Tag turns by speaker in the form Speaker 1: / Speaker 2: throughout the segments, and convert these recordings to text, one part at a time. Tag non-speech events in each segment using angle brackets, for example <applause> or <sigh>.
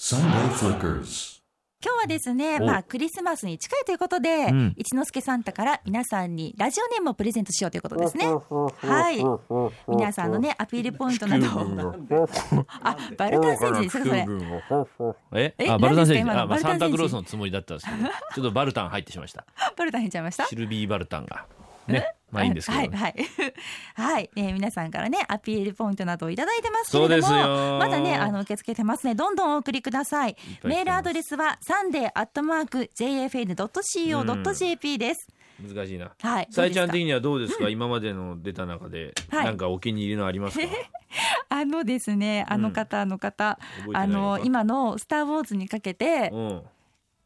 Speaker 1: Sunday Flickers.
Speaker 2: 今日はですね、
Speaker 3: お
Speaker 2: まあ、クリスマスに近いということで、
Speaker 3: ん
Speaker 2: 一之輔サンタから皆さんにラジオネームをプレゼントしようということですね。
Speaker 4: はい
Speaker 2: 皆さんの。ね、アピールポイントなどを。あ、バルタン星人ですか、それ。
Speaker 3: え
Speaker 2: え
Speaker 3: あバルタン
Speaker 2: 何で
Speaker 3: 星
Speaker 2: すか今
Speaker 3: 人
Speaker 2: の
Speaker 3: あ、まあ、
Speaker 2: バルタン
Speaker 3: サンタクロース
Speaker 2: 星
Speaker 3: のつもりだったんで
Speaker 2: <laughs>
Speaker 3: すけどちょっとバルタン入ってしまいました
Speaker 2: バルタン入っちゃいました
Speaker 3: シ。ルビーバルタンがねまあいいんですけど、
Speaker 2: はい、はい。 <laughs> はい、えー皆さんからね、アピールポイントなどをいただいてますけれ
Speaker 3: そう
Speaker 2: ど
Speaker 3: で
Speaker 2: も。
Speaker 3: すよ
Speaker 2: まだね、あの、受け付けてますね。どんどんお送りください。
Speaker 3: ぱい来てます
Speaker 2: メールアドレスは、サンデーアットマーク、jfn.co.jp です。
Speaker 3: 難しいな
Speaker 2: はい。
Speaker 3: さえちゃん
Speaker 2: どうで
Speaker 3: 的にはどうですか、今までの出た中で、
Speaker 2: はい
Speaker 3: なんかお気に入りのありますか
Speaker 2: すかあのですね、あの方、あの方、
Speaker 3: 覚えてな
Speaker 2: あ
Speaker 3: いの
Speaker 2: の、
Speaker 3: か
Speaker 2: 今のスターウォーズにかけて、
Speaker 3: うん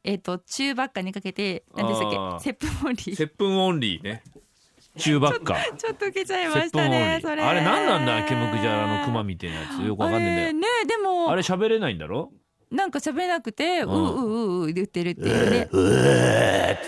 Speaker 2: えっ、と、中ばっかにかけて、何でした
Speaker 3: あ
Speaker 2: っけ、
Speaker 3: ー
Speaker 2: セップモリー。
Speaker 3: 接吻オンリーね中ばっか
Speaker 2: ちょっと受けちゃいま
Speaker 3: 接
Speaker 2: した
Speaker 3: 吻オンリ
Speaker 2: ね、それ。
Speaker 3: ーあれ何なんだケムクジャラのクマみたいなやつよくわかんねえんだ
Speaker 2: あれ
Speaker 3: よ
Speaker 2: ねでも
Speaker 3: あれ喋れないんだろ
Speaker 2: なんか喋れなくて、うんううううう言ってるっていうね。
Speaker 3: って言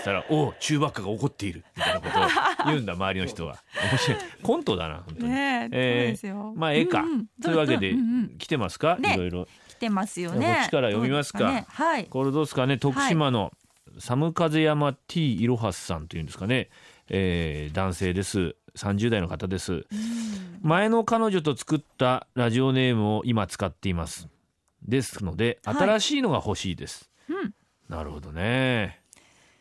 Speaker 3: ったら「おう中ばっかが怒っている」みたいなことを言うんだ周りの人は面白いコントだな本当に、
Speaker 2: ねえ、そうですよ。
Speaker 3: まあええか、
Speaker 2: んん
Speaker 3: というわけで、
Speaker 2: んうん
Speaker 3: 来てますか、
Speaker 2: ね
Speaker 3: いろいろ
Speaker 2: 来てますよ
Speaker 3: じゃあ
Speaker 2: ね。
Speaker 3: こっちから読みますか
Speaker 2: どうですねはい。
Speaker 3: これどうですかね徳島の寒風山 T いろはすさんというんですかね、えー男性です30代の方です前の彼女と作ったラジオネームを今使っていますですので
Speaker 2: はい
Speaker 3: 新しいのが欲しいです、
Speaker 2: うん
Speaker 3: なるほどね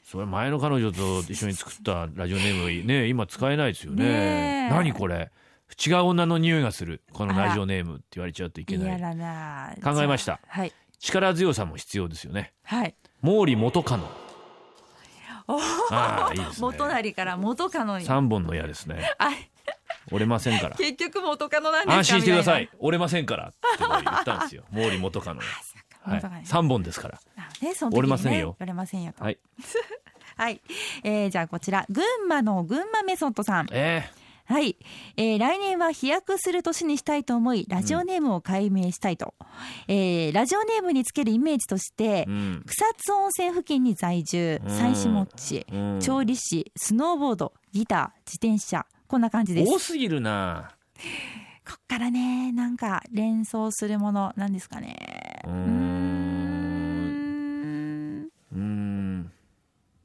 Speaker 3: それ前の彼女と一緒に作ったラジオネームね今使えないですよね
Speaker 2: ねえ
Speaker 3: 何これ違う女の匂いがするこのラジオネームって言われちゃうといけ
Speaker 2: い
Speaker 3: な
Speaker 2: や
Speaker 3: い
Speaker 2: だな。
Speaker 3: 考えました
Speaker 2: じゃあはい。
Speaker 3: 力強さも必要ですよね
Speaker 2: はい。
Speaker 3: 毛利元カノ
Speaker 2: お
Speaker 3: ああいいですね
Speaker 2: 元成から元カノに。
Speaker 3: 三本の矢ですね
Speaker 2: あ、
Speaker 3: 折れません
Speaker 2: <laughs>
Speaker 3: から
Speaker 2: 結局元カノなんですか
Speaker 3: 安心してください
Speaker 2: み
Speaker 3: 折れませんからって言ったんで
Speaker 2: <laughs>
Speaker 3: すよ毛利元カノ
Speaker 2: たいな。元
Speaker 3: は
Speaker 2: カノ
Speaker 3: い三本ですから
Speaker 2: なのでその時にね
Speaker 3: 折れませんよ
Speaker 2: 折れませんよと。
Speaker 3: はい
Speaker 2: <laughs> はい。えーじゃあこちら、群馬の群馬メソッドさん。
Speaker 3: え
Speaker 2: はい、えー来年は飛躍する年にしたいと思いラジオネームを改名したいと、えーラジオネームにつけるイメージとして、
Speaker 3: えうん
Speaker 2: 草津温泉付近に在住
Speaker 3: うん
Speaker 2: 妻子持ち、
Speaker 3: うん
Speaker 2: 調理師スノーボードギター自転車こんな感じです
Speaker 3: 多
Speaker 2: こ
Speaker 3: すぎるな
Speaker 2: っからねなんか連想するものなんですかね
Speaker 3: う
Speaker 2: う
Speaker 3: ー
Speaker 2: ー
Speaker 3: ん
Speaker 2: ん
Speaker 3: うーん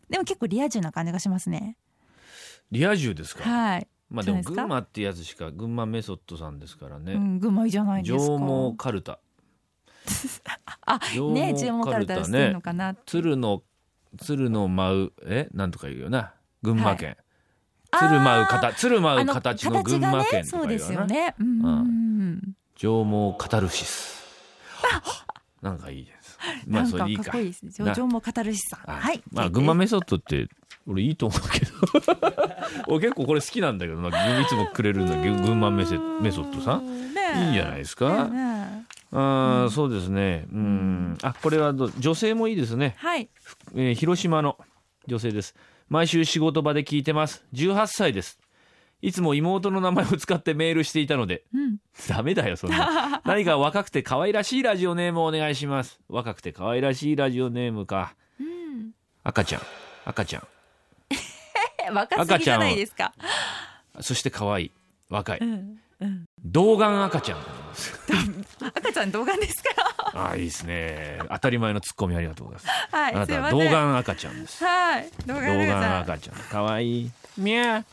Speaker 2: でも結構リア充な感じがしますね
Speaker 3: リア充ですか
Speaker 2: はい、
Speaker 3: まあでも
Speaker 2: そうです
Speaker 3: 群
Speaker 2: か
Speaker 3: 馬ってやつしか群馬メソッドさんですから
Speaker 2: う
Speaker 3: ね
Speaker 2: ん、群馬いいじゃないです
Speaker 3: 上
Speaker 2: か
Speaker 3: 毛かるた
Speaker 2: <laughs> あ
Speaker 3: 上
Speaker 2: ね
Speaker 3: 毛
Speaker 2: 注目
Speaker 3: か
Speaker 2: から
Speaker 3: る
Speaker 2: 出
Speaker 3: た
Speaker 2: してる
Speaker 3: ね
Speaker 2: のかな、
Speaker 3: 鶴の鶴の舞うえなんとか言うよな群馬県、
Speaker 2: あー
Speaker 3: 鶴舞う形鶴舞う形の群馬
Speaker 2: 形が
Speaker 3: 県
Speaker 2: ね、
Speaker 3: と
Speaker 2: そ
Speaker 3: か
Speaker 2: うで
Speaker 3: 言う
Speaker 2: す
Speaker 3: よ
Speaker 2: よ
Speaker 3: な
Speaker 2: ね。うんうんうん。
Speaker 3: 上毛カタルシ
Speaker 2: <laughs>
Speaker 3: スなんかいいですま
Speaker 2: な
Speaker 3: あ
Speaker 2: ん
Speaker 3: そ
Speaker 2: か
Speaker 3: れ
Speaker 2: か
Speaker 3: でいい
Speaker 2: っ
Speaker 3: か
Speaker 2: こいいですね。
Speaker 3: な
Speaker 2: 上も語るしさん。
Speaker 3: あ
Speaker 2: はい。
Speaker 3: まあ群馬
Speaker 2: メ
Speaker 3: メソッドって俺いいと思うけど <laughs> 俺結構これ好きなんだけどないつもくれるんだけど群馬メセメソッドさんいいんじゃない
Speaker 2: で
Speaker 3: ですか、あーそうですねうんあこれはどう女性もいいですね
Speaker 2: はい。
Speaker 3: えー広島の女性です毎週仕事場で聞いてます18歳ですいつも妹の名前を使ってメールしていたので
Speaker 2: うん。
Speaker 3: ダメだよそん
Speaker 2: <laughs>
Speaker 3: な何か若くて可愛らしいラジオネームをお願いします若くて可愛らしいラジオネームか
Speaker 2: うん。
Speaker 3: 赤ちゃん赤ちゃん
Speaker 2: え、若すぎじゃないですか。
Speaker 3: そして可愛い若い
Speaker 2: うん。うん。
Speaker 3: 童顔赤ちゃん
Speaker 2: 赤ちゃん動画ですか <laughs>
Speaker 3: あーいいですね当たり前のツッコミありがとうございます
Speaker 2: ら。は
Speaker 3: あ
Speaker 2: い。
Speaker 3: な
Speaker 2: す
Speaker 3: た
Speaker 2: い
Speaker 3: は
Speaker 2: ま
Speaker 3: 童
Speaker 2: せん。
Speaker 3: 顔赤ちゃんです
Speaker 2: はい。動画
Speaker 3: 童
Speaker 2: 赤ちゃ
Speaker 3: 顔
Speaker 2: ん。
Speaker 3: 赤ちゃん可愛いみゃー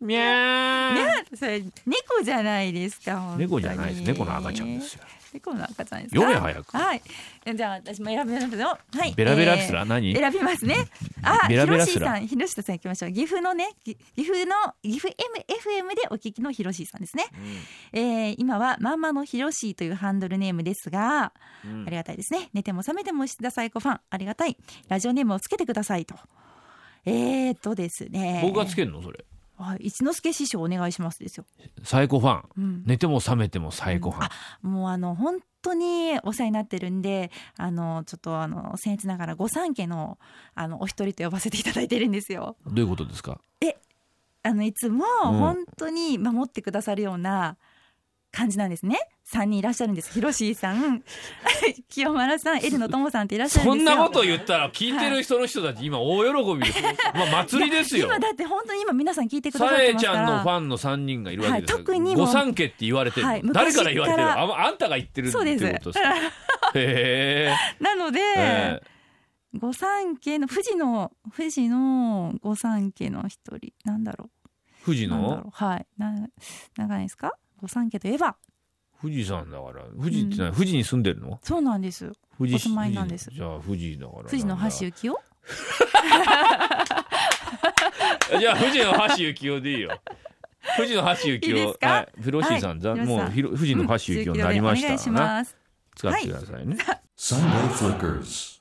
Speaker 3: みゃー
Speaker 2: ねそれ猫じゃないですか。本当に
Speaker 3: 猫じゃないです猫の赤ちゃんですよ
Speaker 2: 猫の赤ちゃんですか。
Speaker 3: 読め早く
Speaker 2: はい。えじゃあ私も選びますよ。はい。
Speaker 3: ベラベラっす
Speaker 2: え
Speaker 3: ら、
Speaker 2: ー
Speaker 3: 何
Speaker 2: 選びますね。あ、
Speaker 3: ベラベラっ
Speaker 2: ひろし
Speaker 3: す
Speaker 2: ー
Speaker 3: ら
Speaker 2: さん、ひろしーさん行きましょう。岐阜のね、ぎ岐阜の岐阜 M FM でお聞きのひろしーさんですね。えー今はまんまのひろしーというハンドルネームですが、
Speaker 3: うん
Speaker 2: ありがたいですね。寝ても覚めても石田彩子ファン、ありがたい。ラジオネームをつけてくださいと。えーっとですね。
Speaker 3: 僕がつけるのそれ
Speaker 2: はい一之輔師匠お願いしますですよ。
Speaker 3: 最高ファン
Speaker 2: うん。
Speaker 3: 寝ても覚めても最高ファン
Speaker 2: もうあの本当にお世話になってるんであのちょっとあの僭越ながら御三家のあのお一人と呼ばせていただいてるんですよ。
Speaker 3: どういうことですか
Speaker 2: あのいつも
Speaker 3: ん
Speaker 2: 本当に守ってくださるような、感じなんですね。3人いらっしゃるんです。ヒロシーさん、 <laughs> 清丸さん、エルのともさんっていらっしゃる
Speaker 3: そ
Speaker 2: んで
Speaker 3: ん
Speaker 2: すよ。
Speaker 3: なこと言ったら聞いてる人の人たち今大喜び
Speaker 2: <laughs>
Speaker 3: です、まあ、祭りですよ
Speaker 2: 今だって本当に今皆さん聞いてくださっ
Speaker 3: さ
Speaker 2: て
Speaker 3: え
Speaker 2: ます
Speaker 3: ち
Speaker 2: から。
Speaker 3: ゃんのファンの3人がいるわけですよ、
Speaker 2: はい特にもう
Speaker 3: 御三家って言われてるの、
Speaker 2: はい
Speaker 3: 誰から言われてる
Speaker 2: 昔
Speaker 3: の
Speaker 2: か
Speaker 3: あまあんたが言ってるって
Speaker 2: そう
Speaker 3: い
Speaker 2: で
Speaker 3: う
Speaker 2: す
Speaker 3: ことですか
Speaker 2: <laughs>
Speaker 3: へ
Speaker 2: なので、
Speaker 3: ええ
Speaker 2: 御三家の富士の富士の御三家の一人なんだろ
Speaker 3: ー富士
Speaker 2: うなんだ
Speaker 3: の
Speaker 2: ろうはいな長いですか御三家といえば
Speaker 3: 富士山だから富士って何、富士に住んでるの
Speaker 2: そうなんです
Speaker 3: 富士
Speaker 2: お住まいなんです
Speaker 3: 富士じゃあ富士だから
Speaker 2: 富士の橋幸夫
Speaker 3: <laughs> じゃあ富士の橋幸雄でいいよ。富士の橋幸雄。
Speaker 2: いいですか
Speaker 3: い、フロッシーさん、ざ
Speaker 2: はい
Speaker 3: もうひろ富士の橋幸雄になりまし
Speaker 2: お願い
Speaker 3: た
Speaker 2: し
Speaker 3: な。
Speaker 2: ます
Speaker 3: 使ってくださいね。
Speaker 1: Sunday Flickers.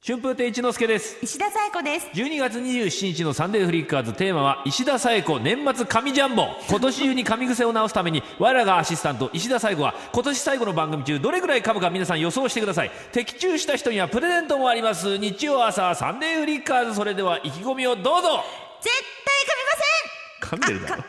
Speaker 3: 春風亭一之輔です。
Speaker 2: 石田紗友子です
Speaker 3: 12月27日のサンデーフリッカーズテーマは石田紗友子年末神ジャンボ今年中に神癖を直すために我らがアシスタント石田紗友子は今年最後の番組中どれぐらい噛むか皆さん予想してください的中した人にはプレゼントもあります日曜朝サンデーフリッカーズそれでは意気込みをどうぞ
Speaker 2: 絶対噛みません
Speaker 3: 噛んでるだろ